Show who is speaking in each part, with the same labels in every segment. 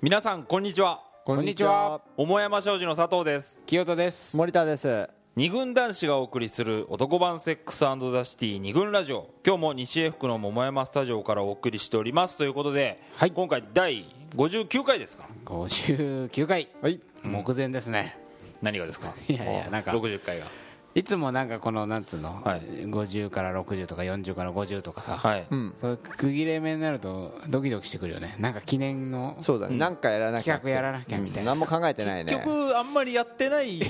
Speaker 1: 皆さんこんにちは
Speaker 2: こんにちは
Speaker 1: 桃山商事の佐藤です
Speaker 2: 清田です
Speaker 3: 森田です
Speaker 1: 二軍男子がお送りする男版セックスザシティ二軍ラジオ今日も西江福の桃山スタジオからお送りしておりますということで、
Speaker 2: はい
Speaker 1: 今回第59回ですか
Speaker 2: 59回
Speaker 3: はい
Speaker 2: 目前ですね
Speaker 1: 何がですか
Speaker 2: いやいやなんか
Speaker 1: 60回が
Speaker 2: いつもなんかこのなんつうの、
Speaker 1: はい
Speaker 2: 50から60とか40から50とかさ、
Speaker 1: はい、
Speaker 3: うん
Speaker 2: そういう区切れ目になるとドキドキしてくるよねなんか記念の
Speaker 3: そうだね、なんかやらなきゃ
Speaker 2: 企画やらなきゃみたいな
Speaker 3: うん何も考えてないね
Speaker 1: 結局あんまりやってない
Speaker 2: や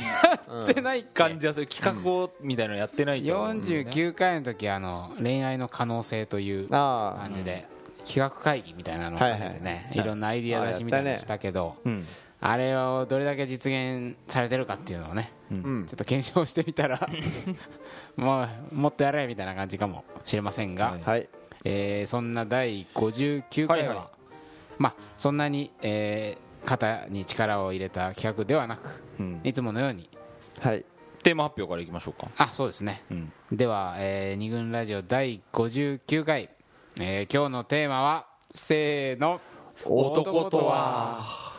Speaker 2: ってないっけ
Speaker 1: 感じがする企画をみたいなのやってないと思うんだよね
Speaker 2: 49回の時あの恋愛の可能性という
Speaker 3: ああ
Speaker 2: 感じで企画会議みたいなのを兼ねてねいろんなアイディア出しみたいなのしたけど
Speaker 1: うん
Speaker 2: あれをどれだけ実現されてるかっていうのをねちょっと検証してみたらもうもっとやれみたいな感じかもしれませんが
Speaker 3: はい
Speaker 2: えーそんな第59回
Speaker 1: はいは
Speaker 2: はまあそんなにえー肩に力を入れた企画ではなく
Speaker 1: うん
Speaker 2: いつものように
Speaker 3: はい
Speaker 1: テーマ発表からいきましょうか
Speaker 2: あそうですね、
Speaker 1: うん
Speaker 2: では、えー二軍ラジオ第59回、えー今日のテーマはせーの
Speaker 1: 男とは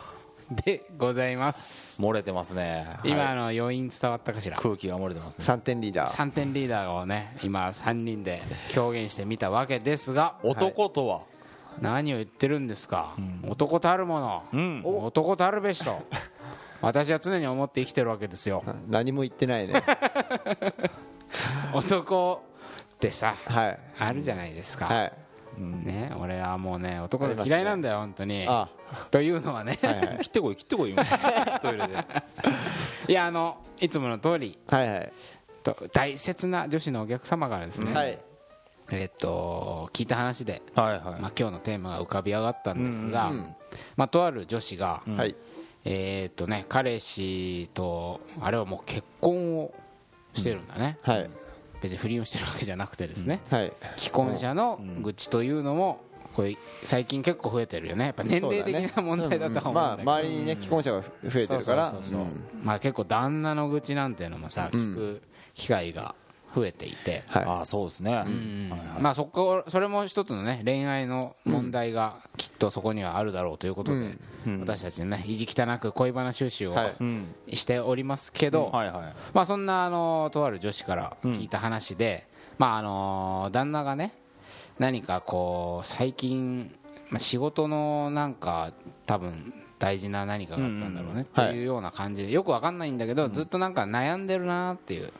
Speaker 2: でございます、
Speaker 1: 漏れてますね
Speaker 2: 今
Speaker 1: はい
Speaker 2: あの余韻伝わったかしら
Speaker 1: 空気が漏れてますね
Speaker 3: 三点リーダー
Speaker 2: 3点リーダーをね今3人で表現してみたわけですが
Speaker 1: 男とは、
Speaker 2: 何を言ってるんですか、男たるもの、男たるべしと私は常に思って生きてるわけですよ
Speaker 3: 何も言って ないね
Speaker 2: 男ってさ
Speaker 3: はい
Speaker 2: あるじゃないですか、
Speaker 3: はい
Speaker 2: ね、俺はもうね男
Speaker 3: あり
Speaker 2: が
Speaker 3: ますね
Speaker 2: 嫌いなんだよ、本当に
Speaker 3: あ
Speaker 2: というのはね、
Speaker 1: 切ってこい切ってこい 今トイレで
Speaker 2: い、やあのいつもの通り
Speaker 3: はいはい
Speaker 2: と大切な女子のお客様からですね、
Speaker 3: はい
Speaker 2: えっと聞いた話で、
Speaker 1: はいはい、
Speaker 2: まあ、今日のテーマが浮かび上がったんですが、まあ、とある女子が、
Speaker 3: はい
Speaker 2: えっとね、彼氏とあれはもう結婚をしてるんだね、
Speaker 3: はい
Speaker 2: 別に不倫をしてるわけじゃなくてですね、
Speaker 3: はい
Speaker 2: 既婚者の愚痴というのもこれ最近結構増えてるよねやっぱ年齢的な問題だとは思うんだけど、
Speaker 3: まあ周りにね既婚者が増えてるから
Speaker 2: そうそうそうそうまあ、結構旦那の愚痴なんていうのもさ聞く機会が増えていて、
Speaker 3: はい
Speaker 1: ああそうですね、
Speaker 2: まあ、そこそれも一つのね恋愛の問題がきっとそこにはあるだろうということで、私たちのね意地汚く恋バナ収集を、
Speaker 3: はい
Speaker 1: うん
Speaker 2: しておりますけど、
Speaker 1: はいはい
Speaker 2: まあ、そんなあのとある女子から聞いた話で、まあ、あの旦那がね何かこう最近、まあ、仕事のなんか多分大事な何かがあったんだろうねって
Speaker 3: はい
Speaker 2: いうような感じでよくわかんないんだけどずっとなんか悩んでるなっていう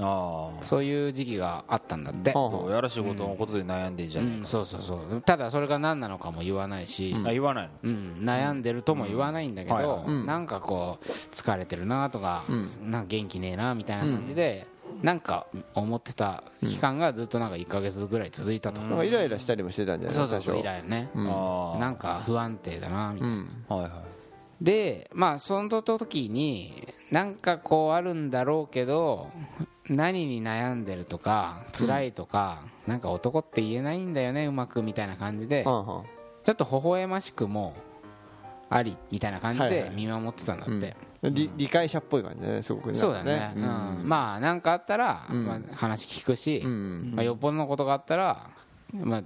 Speaker 1: あ
Speaker 2: そういう時期があったんだって、
Speaker 1: あどうやら仕事のことで悩んでんじゃ
Speaker 2: う
Speaker 1: ね
Speaker 2: ん、そうそうそうただそれが何なのかも言わないし、
Speaker 1: えあ言わないの
Speaker 2: うん、悩んでるとも言わないんだけ
Speaker 1: うんはい
Speaker 2: ど、なんかこう疲れてるなとか、なんか元気ねえなみたいな感じで、なんか思ってた期間がずっとなんか1か月ぐらい続いたと、
Speaker 3: なんかイライラしたりもしてたんじゃない
Speaker 2: そうそうそ
Speaker 3: 最
Speaker 2: う以
Speaker 3: 初
Speaker 2: 来ね、
Speaker 1: あ
Speaker 2: なんか不安定だなみたいな、
Speaker 1: あはいは
Speaker 2: でまあその時になんかこうあるんだろうけど何に悩んでるとか辛いとか、なんか男って言えないんだよねうまくみたいな感じで、
Speaker 3: うんうん
Speaker 2: ちょっと微笑ましくもありみたいな感じ
Speaker 3: はい
Speaker 2: で
Speaker 3: はい
Speaker 2: 見守ってたんだって、
Speaker 3: 理理解者っぽい感じだねすごくね
Speaker 2: そうだね、うんまあ何かあったら、
Speaker 3: ん
Speaker 2: まあ、話聞くし、
Speaker 3: ん
Speaker 2: まあ、よっぽどのことがあったら、まあ、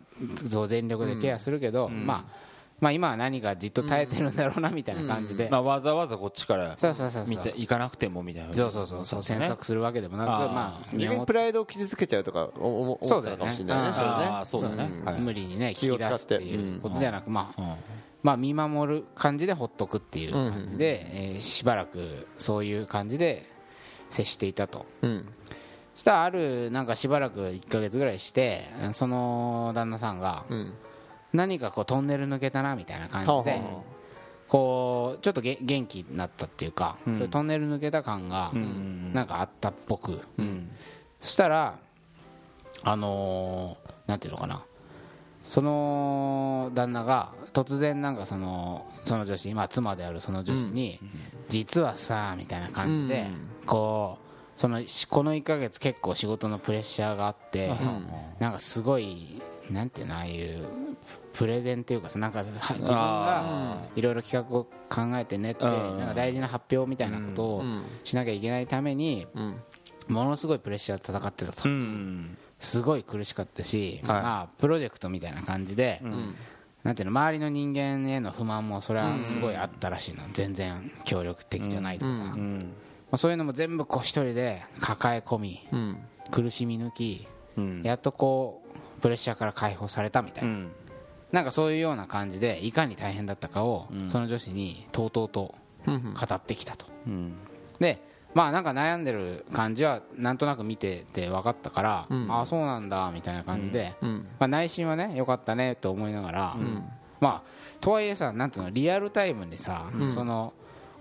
Speaker 2: そう全力でケアするけど、まあ、まあ今は何かじっと耐えてるんだろうなみたいな感じで、
Speaker 1: いまあわざわざこっちから
Speaker 2: そうそうそうそう
Speaker 1: 見て行かなくてもみたいな
Speaker 2: そうそうそうそう詮索するわけでもなく、
Speaker 1: あー
Speaker 2: まあ見
Speaker 3: 逆
Speaker 2: 守
Speaker 3: に
Speaker 2: っ
Speaker 3: プライドを傷つけちゃうとかおお
Speaker 2: そ
Speaker 3: 思
Speaker 2: う
Speaker 3: った
Speaker 2: だよね
Speaker 3: かもしれないねそれね
Speaker 1: ああそうだね
Speaker 2: うん
Speaker 1: はい
Speaker 2: 無理にね
Speaker 3: 気
Speaker 2: 聞
Speaker 3: を
Speaker 2: き
Speaker 3: 使って
Speaker 2: 出すっていうことではなく、まあまあ、見守る感じでほっとくっていう感じで、えーしばらくそういう感じで接していたと
Speaker 3: うん
Speaker 2: そしたらあるなんかしばらく1か月ぐらいしてその旦那さんが
Speaker 3: うん
Speaker 2: 何かこうトンネル抜けたなみたいな感
Speaker 3: ほう
Speaker 2: じで
Speaker 3: ほ
Speaker 2: こうちょっとげ元気になったっていうか、そういうトンネル抜けた感がなんかあったっぽく、そしたらあのーなんていうのかなその旦那が突然なんかそのその女子今妻であるその女子に、実はさみたいな感じで、こうそのしこの1か月結構仕事のプレッシャーがあって、なんかすごいなんていうのああいうプレゼンっていうかさなんかは自分がいろいろ企画を考えてねって
Speaker 1: うん
Speaker 2: なんか大事な発表みたいなことをしなきゃいけないためにものすごいプレッシャーと戦ってたと
Speaker 1: うん
Speaker 2: すごい苦しかったし、まあ、プロジェクトみたいな感じで、なんていうの周りの人間への不満もそれはすごいあったらしいの、全然協力的じゃないとかさ、ま
Speaker 4: うん
Speaker 2: あ、そういうのも全部こう一人で抱え込み
Speaker 3: うん
Speaker 2: 苦しみ抜き
Speaker 4: うん
Speaker 2: やっとこうプレッシャーから解放されたみたいうな、
Speaker 4: ん
Speaker 2: なんかそういうような感じでいかに大変だったかを、その女子にとうとうと語ってきたと、
Speaker 4: うん
Speaker 2: でまあなんか悩んでる感じはなんとなく見てて分かったから、ああそうなんだみたいな感じで、
Speaker 3: うん
Speaker 2: まあ、内心はねよかったねと思いながら、まあとはいえさなんつうのリアルタイムでさ、その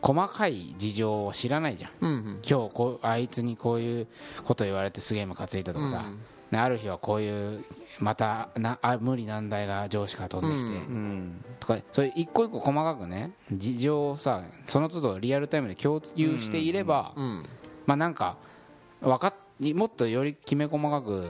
Speaker 2: 細かい事情を知らないじゃん
Speaker 3: うんうん
Speaker 2: 今日こうあいつにこういうこと言われてすげえムカついたとかさ、ねある日はこういうまたなあ無理難題が上司から飛んできて、
Speaker 4: うん
Speaker 2: とかそういう一個一個細かくね事情をさその都度リアルタイムで共有していれば、
Speaker 3: うん
Speaker 2: まあなんかわかっもっとよりきめ細かく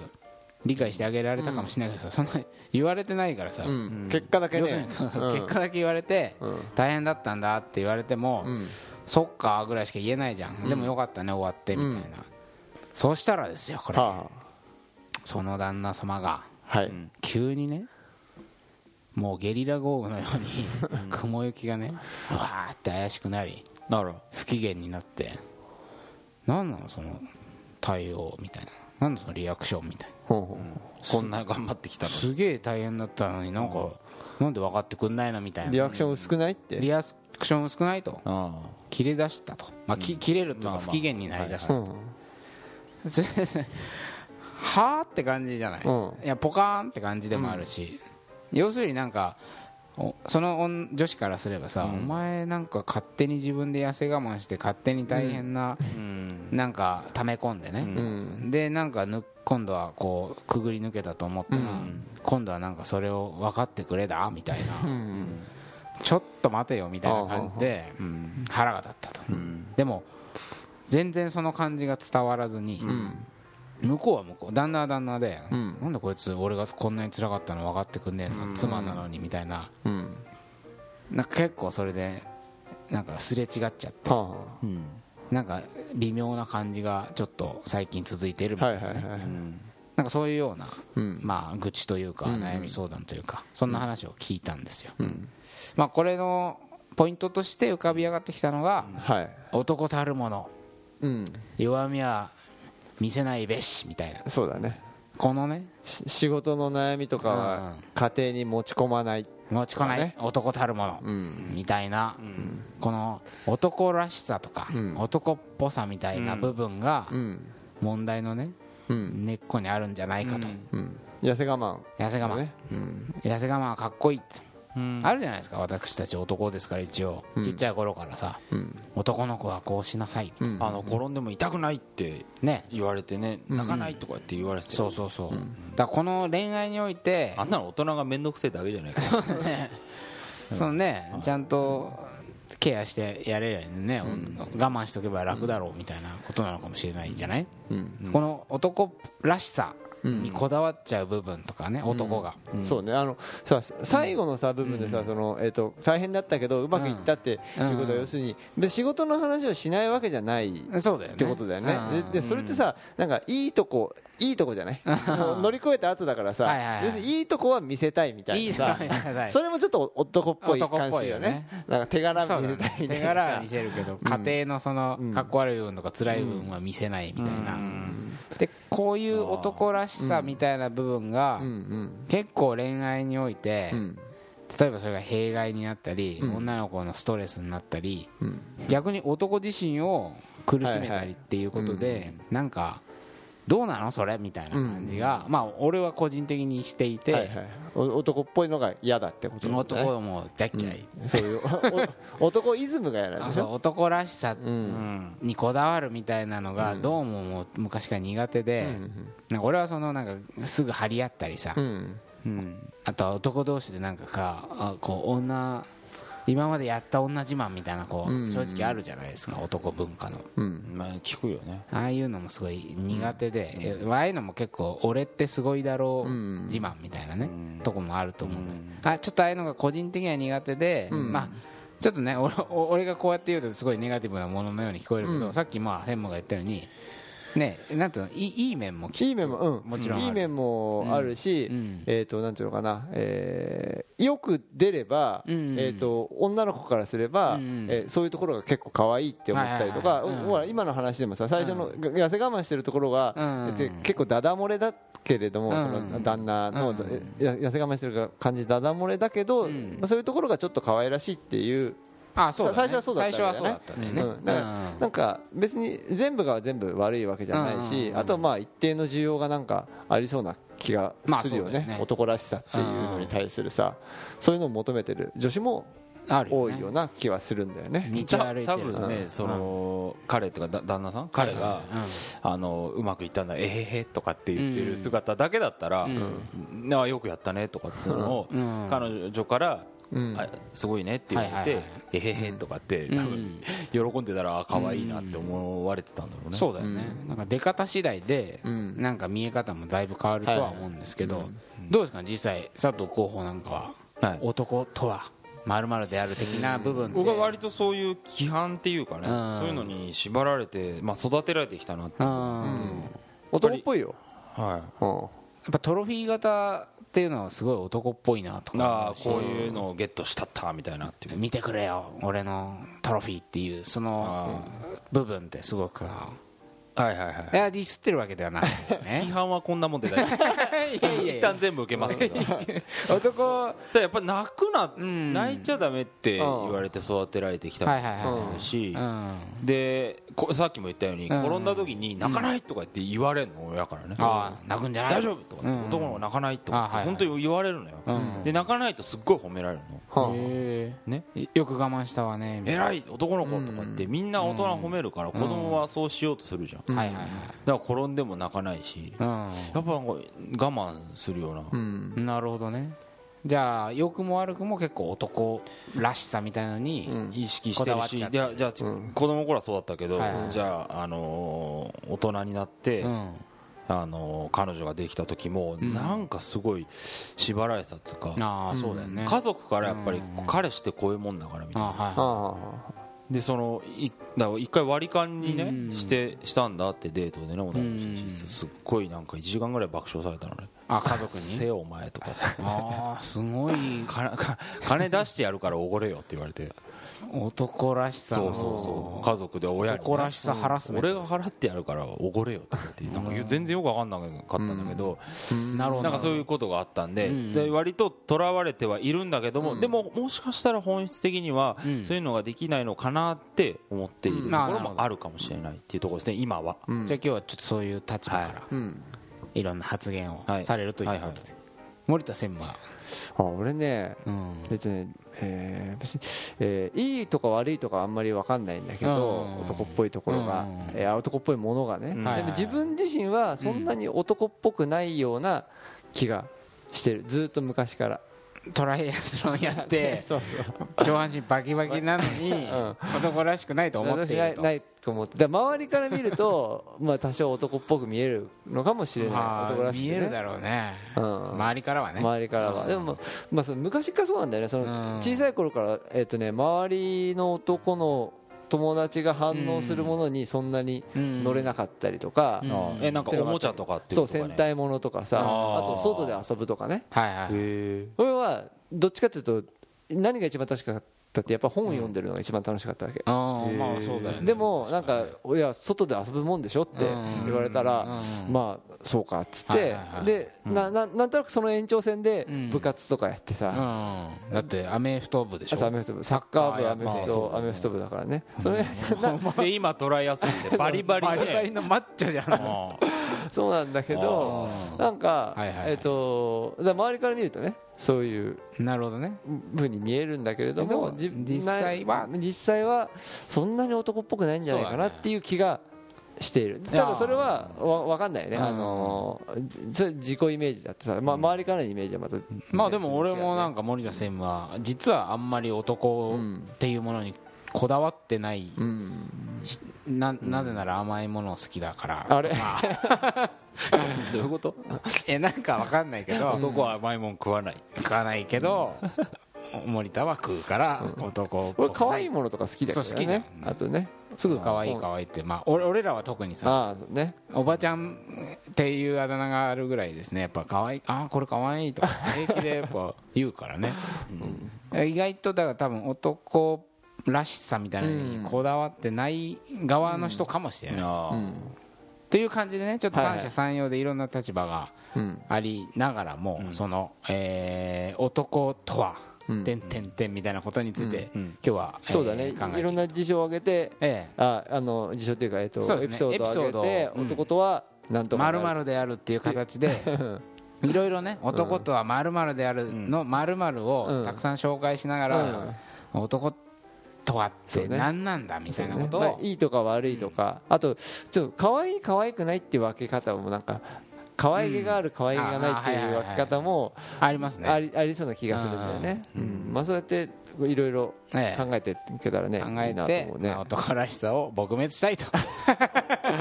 Speaker 2: 理解してあげられたかもしれないけどさ、そんな言われてないからさ、
Speaker 3: うん結果だけ
Speaker 2: 要する
Speaker 3: ね
Speaker 2: にその結果だけ言われて大変だったんだって言われても、
Speaker 3: うん
Speaker 2: そっかぐらいしか言えないじゃん、でもよかったね終わってみたいな、そうしたらですよこれ、
Speaker 3: は
Speaker 2: その旦那様が
Speaker 3: あはい
Speaker 2: 急にねもうゲリラ豪雨のように雲行きがねわーって怪しくなり
Speaker 1: なるほど
Speaker 2: 不機嫌になって何なのその対応みたいな何なのそのリアクションみたいな
Speaker 3: ほうほ
Speaker 1: こんな頑張ってきたのに
Speaker 2: すげえ大変だったのになんかなんで分かってくんないのみたいうな
Speaker 3: リアクション薄くないって
Speaker 2: リアクション少ないと
Speaker 1: あ
Speaker 2: 切れ出したと、まあ、き切れると
Speaker 1: まあ
Speaker 2: か
Speaker 1: まあ
Speaker 2: 不機嫌になりだし
Speaker 3: う
Speaker 2: た、
Speaker 3: ん
Speaker 2: それで はあって感じじゃない、
Speaker 3: うん
Speaker 2: いやポカーンって感じでもあるし、要するになんかおその女女子からすればさ、お前なんか勝手に自分で痩せ我慢して勝手に大変な、なんか溜め込んでね、
Speaker 3: うん
Speaker 2: でなんかぬ今度はこうくぐり抜けたと思ったら、今度はなんかそれを分かってくれだみたいな、ちょっと待てよみたいな感じで腹が立ったと、でも全然その感じが伝わらずに、向こうは向こう旦那は旦那で、
Speaker 3: ん
Speaker 2: なんでこいつ俺がこんなに辛かったの分かってくんねえな、妻なのにみたいな
Speaker 3: うん
Speaker 2: なんか結構それでなんかすれ違っちゃって
Speaker 3: は
Speaker 2: なんか微妙な感じがちょっと最近続いてるみ
Speaker 3: あ
Speaker 2: た
Speaker 3: はいい
Speaker 2: な、
Speaker 3: はいはい
Speaker 2: なんかそういうような、
Speaker 3: うん
Speaker 2: まあ、愚痴というか悩み相談というか、そんな話を聞いたんですよ、まあ、これのポイントとして浮かび上がってきたのが、
Speaker 3: はい
Speaker 2: 男たるもの
Speaker 3: うん
Speaker 2: 弱みは見せないべしみたいな
Speaker 3: そうだね
Speaker 2: このね
Speaker 3: し仕事の悩みとかは家庭に持ち込まない
Speaker 2: 持ちこな
Speaker 3: そう
Speaker 2: い
Speaker 3: ね
Speaker 2: 男たるもの、
Speaker 3: うん
Speaker 2: みたいな、この男らしさとか、
Speaker 3: ん
Speaker 2: 男っぽさみたいな部分が
Speaker 3: うん
Speaker 2: 問題のね、
Speaker 3: うん
Speaker 2: 根っこにあるんじゃないかと、
Speaker 3: うん痩せ我
Speaker 2: 痩せ
Speaker 3: 慢
Speaker 2: 我慢、
Speaker 3: ねうん
Speaker 2: 痩せ我慢はかっこいいって、あるじゃないですか私たち男ですから一応、ちっちゃい頃からさ、
Speaker 3: うん
Speaker 2: 男の子はこうしなさい、
Speaker 3: うん
Speaker 1: あの転んでも痛くないって
Speaker 2: ね
Speaker 1: 言われてね泣かないとかって言われて
Speaker 2: そうそうそう、だからこの恋愛において
Speaker 1: あんなの大人が面倒くせえだけじゃないか
Speaker 2: そのねちゃんとケアしてやれりゃね、我慢しとけば楽だろうみたいなことなのかもしれないじゃない、
Speaker 3: うん
Speaker 2: この男らしさにこだわっちゃう部分とかね男が、
Speaker 3: そうねあのさ最後のさ部分でさ、そのえっと大変だったけどうまくいったっていうことは要するにで仕事の話をしないわけじゃないっ
Speaker 2: そうだよね
Speaker 3: てことだよね
Speaker 2: うん
Speaker 3: ででそれってさなんかいいとこいいとこじゃないもう乗り越えた後だから
Speaker 2: はいはいは
Speaker 3: さ
Speaker 2: い
Speaker 3: 要するにいいとこは見せたいみたい
Speaker 2: い
Speaker 3: ない
Speaker 2: な
Speaker 3: さ それもちょっと男っぽい感じするよねなんか手柄
Speaker 2: そう
Speaker 3: 見
Speaker 2: だ
Speaker 3: せたいみ
Speaker 2: ね
Speaker 3: た
Speaker 2: 手
Speaker 3: いな
Speaker 2: 柄は
Speaker 3: さ
Speaker 2: 見せるけど家庭のそのかっこ悪い部分とか辛い部分は見せないみたいなでこういう男らしさみたいな部分が
Speaker 3: うんうん
Speaker 2: 結構恋愛において
Speaker 3: うん
Speaker 2: 例えばそれが弊害になったり女の子のストレスになったり
Speaker 3: うん
Speaker 2: 逆に男自身を苦しめたりっていうことでなんかどうなのそれみたいな感じがまあ俺は個人的にして
Speaker 3: は
Speaker 2: い
Speaker 3: い
Speaker 2: て
Speaker 3: はいお男っぽいのが嫌だってことだね
Speaker 2: 男も大嫌い
Speaker 3: そういうお 男イズムが嫌なん
Speaker 2: あ
Speaker 3: でし
Speaker 2: そ
Speaker 3: ょ
Speaker 2: う男らしさっ
Speaker 3: うん
Speaker 2: にこだわるみたいなのがどうももう昔から苦手で、なんか俺はそのなんかすぐ張り合ったりさ、
Speaker 3: うん
Speaker 4: うん
Speaker 2: あとは男同士でなんかかあこう女今までやった女自慢みたいなこう、
Speaker 3: うん
Speaker 2: 正直あるじゃないですか男文化の
Speaker 3: うん
Speaker 1: らまあ聞くよね
Speaker 2: ああいうのもすごい苦手で、えああいうのも結構俺ってすごいだろう
Speaker 3: うん
Speaker 2: 自慢みたいなね、とこもあると思うんだよ、あちょっとああいうのが個人的には苦手で、まあちょっとね俺俺がこうやって言うとすごいネガティブなもののように聞こえるけど、さっきまあ専務が言ったようにねなんていうのいいいい面もきっと
Speaker 3: いい面も、うん、
Speaker 2: もちろんある
Speaker 3: いい面もあるし、
Speaker 2: うん
Speaker 3: えっ、と、なんていうのかな、えーよく出れば、
Speaker 2: うん
Speaker 3: えっ、と、女の子からすれば、
Speaker 2: うん
Speaker 3: えーそういうところが結構可愛いって思ったりと
Speaker 2: は
Speaker 3: か、
Speaker 2: いはいはいはいうん
Speaker 3: ほら、今の話でもさ、最初の、痩せ我慢してるところが、
Speaker 2: うん
Speaker 3: で結構ダダ漏れだけれども、
Speaker 2: うん
Speaker 3: その旦那の、
Speaker 2: うん
Speaker 3: えや痩せ我慢してる感じダダ漏れだけど、
Speaker 2: うん
Speaker 3: まあ、そういうところがちょっと可愛らしいっていう
Speaker 2: あそうだ、ね、
Speaker 3: 最初はそうだった
Speaker 2: 最
Speaker 3: んだ
Speaker 2: 初
Speaker 3: よね
Speaker 2: はそうだったんだよね、
Speaker 3: うんだからなんか別に全部が全部悪いわけじゃない
Speaker 2: うんうん
Speaker 3: し、
Speaker 2: うん
Speaker 3: あとまあ一定の需要がなんかありそうな気が
Speaker 2: まあ
Speaker 3: するよ
Speaker 2: そうだよ
Speaker 3: ね,、
Speaker 2: ね
Speaker 3: 男らしさっていうのに対するさ、そういうのを求めてる女子も
Speaker 2: ある
Speaker 3: 多いよ
Speaker 2: ね
Speaker 3: うな気はするんだよね。
Speaker 2: 道を歩いて
Speaker 1: 多
Speaker 2: る
Speaker 1: 分ねその、彼っていうかだ旦那さん彼が、あのうまくいったんだえへへとかって言ってる姿だけだったら、なあよくやったねとかっていうのを、
Speaker 2: うん
Speaker 1: 彼女から、
Speaker 3: うん
Speaker 1: あすごいねって言われて、
Speaker 2: はいはい
Speaker 1: えへへとかって多分、喜んでたらあ可愛いなって思われてたんだろうね、
Speaker 2: そうだよね、なんか出方次第で、
Speaker 3: ん
Speaker 2: なんか見え方もだいぶ変わるとは思うんですけど、どうですか実際佐藤候補なんかは、
Speaker 1: はい
Speaker 2: 男とはまるである的な部分で、
Speaker 1: 僕は割とそういう規範っていうかね、
Speaker 2: うん
Speaker 1: そういうのに縛られて、まあ、育てられてきたなって、
Speaker 2: うんや
Speaker 3: 男っぽいよ、
Speaker 1: は
Speaker 3: うん
Speaker 2: っぱトロフィー型っていうのはすごい男っぽいなと
Speaker 1: い、
Speaker 2: か
Speaker 1: ああ
Speaker 2: 思うし
Speaker 1: こういうのをゲットしたったみたいなっていう
Speaker 2: 見てくれよ俺のトロフィーっていうその部分ってすごくさ
Speaker 1: はいはいはい
Speaker 2: いやディスってるわけではないです
Speaker 1: 批
Speaker 2: ね
Speaker 1: 判はこんなもんで大丈夫です
Speaker 2: いやいや
Speaker 1: 一旦全部受けますけどた
Speaker 3: 男
Speaker 1: だやっぱ泣くな、
Speaker 2: ん
Speaker 1: 泣いちゃダメって言われて育てられてきた
Speaker 2: はいはいはい はい
Speaker 1: のし、
Speaker 2: うん
Speaker 1: でこさっきも言ったように、
Speaker 2: うん
Speaker 1: 転んだ時に泣かないとかって言われるの親からね、
Speaker 2: ああ泣くんじゃない
Speaker 1: 大丈夫とかって、
Speaker 2: うん
Speaker 1: 男の子泣かないとかっ
Speaker 2: あは
Speaker 1: て
Speaker 2: いはい
Speaker 1: 本当に言われるのよ、
Speaker 2: うん
Speaker 1: で泣かないとすっごい褒められるの、
Speaker 3: はあ
Speaker 1: ね
Speaker 2: よく我慢したわねみたい
Speaker 1: 偉い男の子とかってみんな大人褒めるから子供はそうしようとするじゃん、だ
Speaker 2: なはいはい
Speaker 1: から転んでも泣かないし、やっ
Speaker 2: はい
Speaker 1: ぱなんか我慢するような、
Speaker 3: うん
Speaker 2: うんなるほどねじゃあ良くも悪くも結構男らしさみたいのに
Speaker 1: 意識してるし
Speaker 2: こだわっちゃって
Speaker 1: じゃあじゃあち子供の頃はそうだったけど、
Speaker 2: はいはい
Speaker 1: じゃあ、あのー大人になって、
Speaker 2: うん
Speaker 1: あのー彼女ができた時も、なんかすごい縛られたというか、
Speaker 2: ああそうだよね
Speaker 1: 家族からやっぱり、彼氏ってこういうもんだからみた
Speaker 2: あ
Speaker 1: い
Speaker 2: あ
Speaker 1: な、
Speaker 3: あ
Speaker 2: は
Speaker 3: あ
Speaker 1: でそのいだから一回割り勘にね、してしたんだってデートでね同い年だしすっごいなんか1時間ぐらい爆笑されたのね
Speaker 2: いあ
Speaker 1: 「
Speaker 2: 家族
Speaker 1: せ
Speaker 2: に
Speaker 1: よお前」とかって
Speaker 2: ああすごい
Speaker 1: 金か 金出してやるからおごれよ」って言われて
Speaker 2: 男らしさ
Speaker 1: そう
Speaker 2: の
Speaker 1: そうそう家族で親に、ね、
Speaker 2: 男らしさハラスメント
Speaker 1: 俺が払ってやるからおごれよとかってなんか言う全然よく分かんなかったんだけど、
Speaker 2: なるほど
Speaker 1: なんかそういうことがあったんで,、で割ととらわれてはいるんだけども、でももしかしたら本質的にはそういうのができないのかなって思っているところもあるかもしれないっていうところですね今は、
Speaker 2: じゃあ今日はちょっとそういう立場から
Speaker 3: うん
Speaker 2: いろんな発言をされるということ
Speaker 1: は
Speaker 2: で、
Speaker 1: いはい
Speaker 2: 森田専務は、
Speaker 3: あ俺ね
Speaker 2: うん
Speaker 3: えっとねえー別にえーいいとか悪いとかあんまり分かんないんだけど
Speaker 2: うん
Speaker 3: 男っぽいところが
Speaker 2: うん
Speaker 3: えー男っぽいものがね
Speaker 1: ん
Speaker 3: で
Speaker 1: はい
Speaker 2: はい
Speaker 3: も
Speaker 2: はい
Speaker 3: 自分自身はそんなに男っぽくないような気がしてるずーっと昔から
Speaker 2: トライアスロンやって
Speaker 3: そう
Speaker 2: 上半身バキバキなの に、
Speaker 3: ん
Speaker 2: 男らしくないと思ってい
Speaker 3: な
Speaker 2: る
Speaker 3: い
Speaker 2: と
Speaker 3: ないと思ってだから周りから見ると まあ多少男っぽく見えるのかもしれない
Speaker 2: ま
Speaker 3: 男
Speaker 2: あ
Speaker 3: らし
Speaker 2: 見
Speaker 3: く
Speaker 2: える
Speaker 3: ね
Speaker 2: だろうね、
Speaker 3: うん
Speaker 2: 周りからはね
Speaker 3: 周りからはでもまあその昔からそうなんだよねその
Speaker 2: うん
Speaker 3: 小さい頃からえっとね周りの男の友達が反応するものにそんなに
Speaker 2: うん
Speaker 3: 乗れなかったりとか
Speaker 2: うん
Speaker 1: あえなんかおもちゃとかってい
Speaker 3: そう
Speaker 1: とか
Speaker 3: 戦
Speaker 1: ね
Speaker 3: 隊ものとかさあ
Speaker 1: あー
Speaker 3: と外で遊ぶとかね
Speaker 2: はいはい
Speaker 1: へ
Speaker 3: 俺はどっちかっていうと何が一番楽しかったってやっぱ本を読んでるのが一番楽しかったわけ
Speaker 2: あーまあそうだよね
Speaker 3: でもなんか「いや外で遊ぶもんでしょ」って言われたら
Speaker 2: うん
Speaker 3: まあそうかっつっ
Speaker 2: はい
Speaker 3: て
Speaker 2: はいはい
Speaker 3: でなななんとなくその延長線で
Speaker 2: うん
Speaker 3: 部活とかやって
Speaker 2: う
Speaker 3: さ
Speaker 2: んだってアメフト部でし
Speaker 3: 朝ア
Speaker 2: ょ
Speaker 3: メフト部サッカー部アメ
Speaker 2: ま
Speaker 3: フ
Speaker 2: あそ
Speaker 3: トアメフト部だからねそれ
Speaker 1: えで今トライアスロン でバリバリね
Speaker 2: バリバリのマッチョじゃん
Speaker 1: あ
Speaker 3: そうなんだけど
Speaker 2: あー
Speaker 3: なんか
Speaker 2: はいはいはい
Speaker 3: えっとだから周りから見るとねそういう
Speaker 2: なるほどね
Speaker 3: ふうに見えるんだけれども
Speaker 2: けど
Speaker 3: じ
Speaker 2: 実際は
Speaker 3: な実際はそんなに男っぽくないんじゃないかな
Speaker 2: そうだね
Speaker 3: っていう気がしている
Speaker 2: いやー
Speaker 3: ただそれはわ分かんないよね、
Speaker 2: うん
Speaker 3: あのーそれ自己イメージだってさ、ま、周りからのイメージはまた、
Speaker 2: まあでも俺もなんんか森田専務は実はあんまり男っていうものにこだわってない
Speaker 3: うん、
Speaker 2: ななぜなら甘いものを好きだから
Speaker 3: あれ
Speaker 2: まあ
Speaker 1: ーどういうこと
Speaker 2: えなんかわかんないけど
Speaker 1: 男は甘いもん食わない
Speaker 2: 食わないけど森田は食うから男っぽ
Speaker 3: 俺
Speaker 2: く
Speaker 3: 可愛いものとか好きだけどね
Speaker 2: そう好きじゃん
Speaker 3: あとね
Speaker 2: すぐ可愛い可愛いってまあ俺俺らは特にさ
Speaker 3: ああね
Speaker 2: おばちゃんっていうあだ名があるぐらいですねやっぱ可愛いああこれ可愛いとか平気でやっぱ言うからね、うん意外とだから多分男らしさみたいなのにこだわってない側の人かもしれない、
Speaker 1: あ
Speaker 3: う
Speaker 1: ー
Speaker 3: ん
Speaker 2: という感じでねちょっと
Speaker 3: はいはい
Speaker 2: 三者三様でいろんな立場が
Speaker 3: うん
Speaker 2: ありながらも、その、えー男とは、
Speaker 3: うん
Speaker 2: てんてんてんみたいなことについて、
Speaker 1: うん
Speaker 2: 今日は、えー
Speaker 3: そうだね
Speaker 2: 考えて
Speaker 3: いろんな事象を挙げて
Speaker 2: え
Speaker 3: ああの事象っていうかえっと
Speaker 2: そうで
Speaker 3: エ
Speaker 2: すね
Speaker 3: ピソードを挙げ
Speaker 2: エ
Speaker 3: て
Speaker 2: ピソードをうん
Speaker 3: 男とはなんと
Speaker 2: え
Speaker 3: かなる
Speaker 2: 〇〇であるっていう 形でいろいろね男とは〇〇であるの〇〇
Speaker 3: う
Speaker 2: を
Speaker 3: ん
Speaker 2: たくさん紹介しながら、男とはっ
Speaker 3: そ
Speaker 2: て
Speaker 3: うね
Speaker 2: 何なんだみたいなことを、
Speaker 3: まあいいとか悪いとか、あとちょっと可愛い可愛くないっていう分け方もなんか可愛げがある可愛げがないって
Speaker 2: あーはいいうはいはい
Speaker 3: 分け方も
Speaker 2: ありますね
Speaker 3: ありありそうな気がするんだよね、うんまあ、そうやっていろいろ
Speaker 2: ええ
Speaker 3: 考えていけたらね、
Speaker 2: 考
Speaker 3: いい
Speaker 2: え
Speaker 3: なと
Speaker 2: て
Speaker 3: 思うね
Speaker 2: まあ男らしさを撲滅した いと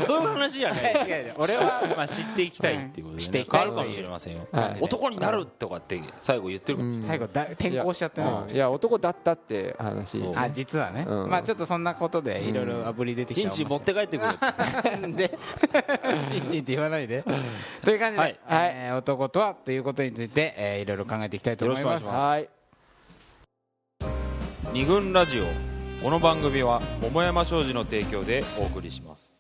Speaker 1: そういう話じゃない
Speaker 2: 違う違う俺は
Speaker 1: まあ知っていきたいっていうことで、ね、
Speaker 2: 知っていきたいという
Speaker 1: 変わるかもしれませんよ、
Speaker 3: はい
Speaker 1: 男になるとかって最後言ってるかもしれない
Speaker 2: 最後だ転校しちゃってね
Speaker 3: うんいや男だったって話
Speaker 1: そう
Speaker 2: あ実はね、
Speaker 3: うん
Speaker 2: まあちょっとそんなことでいろいろアプリ出て
Speaker 1: チ
Speaker 2: きた
Speaker 1: ン
Speaker 2: ら
Speaker 1: チン持
Speaker 2: 面
Speaker 1: って帰って くるって
Speaker 2: 白いん でチンチンって言わないでという感じで、
Speaker 1: はい
Speaker 2: えー男とはということについて、えーいろいろ考えていきたいと思い
Speaker 1: よろ
Speaker 2: ま
Speaker 1: し
Speaker 2: す
Speaker 1: くお願いしま
Speaker 3: はい
Speaker 1: 二軍ラジオこの番組は桃山商事の提供でお送りします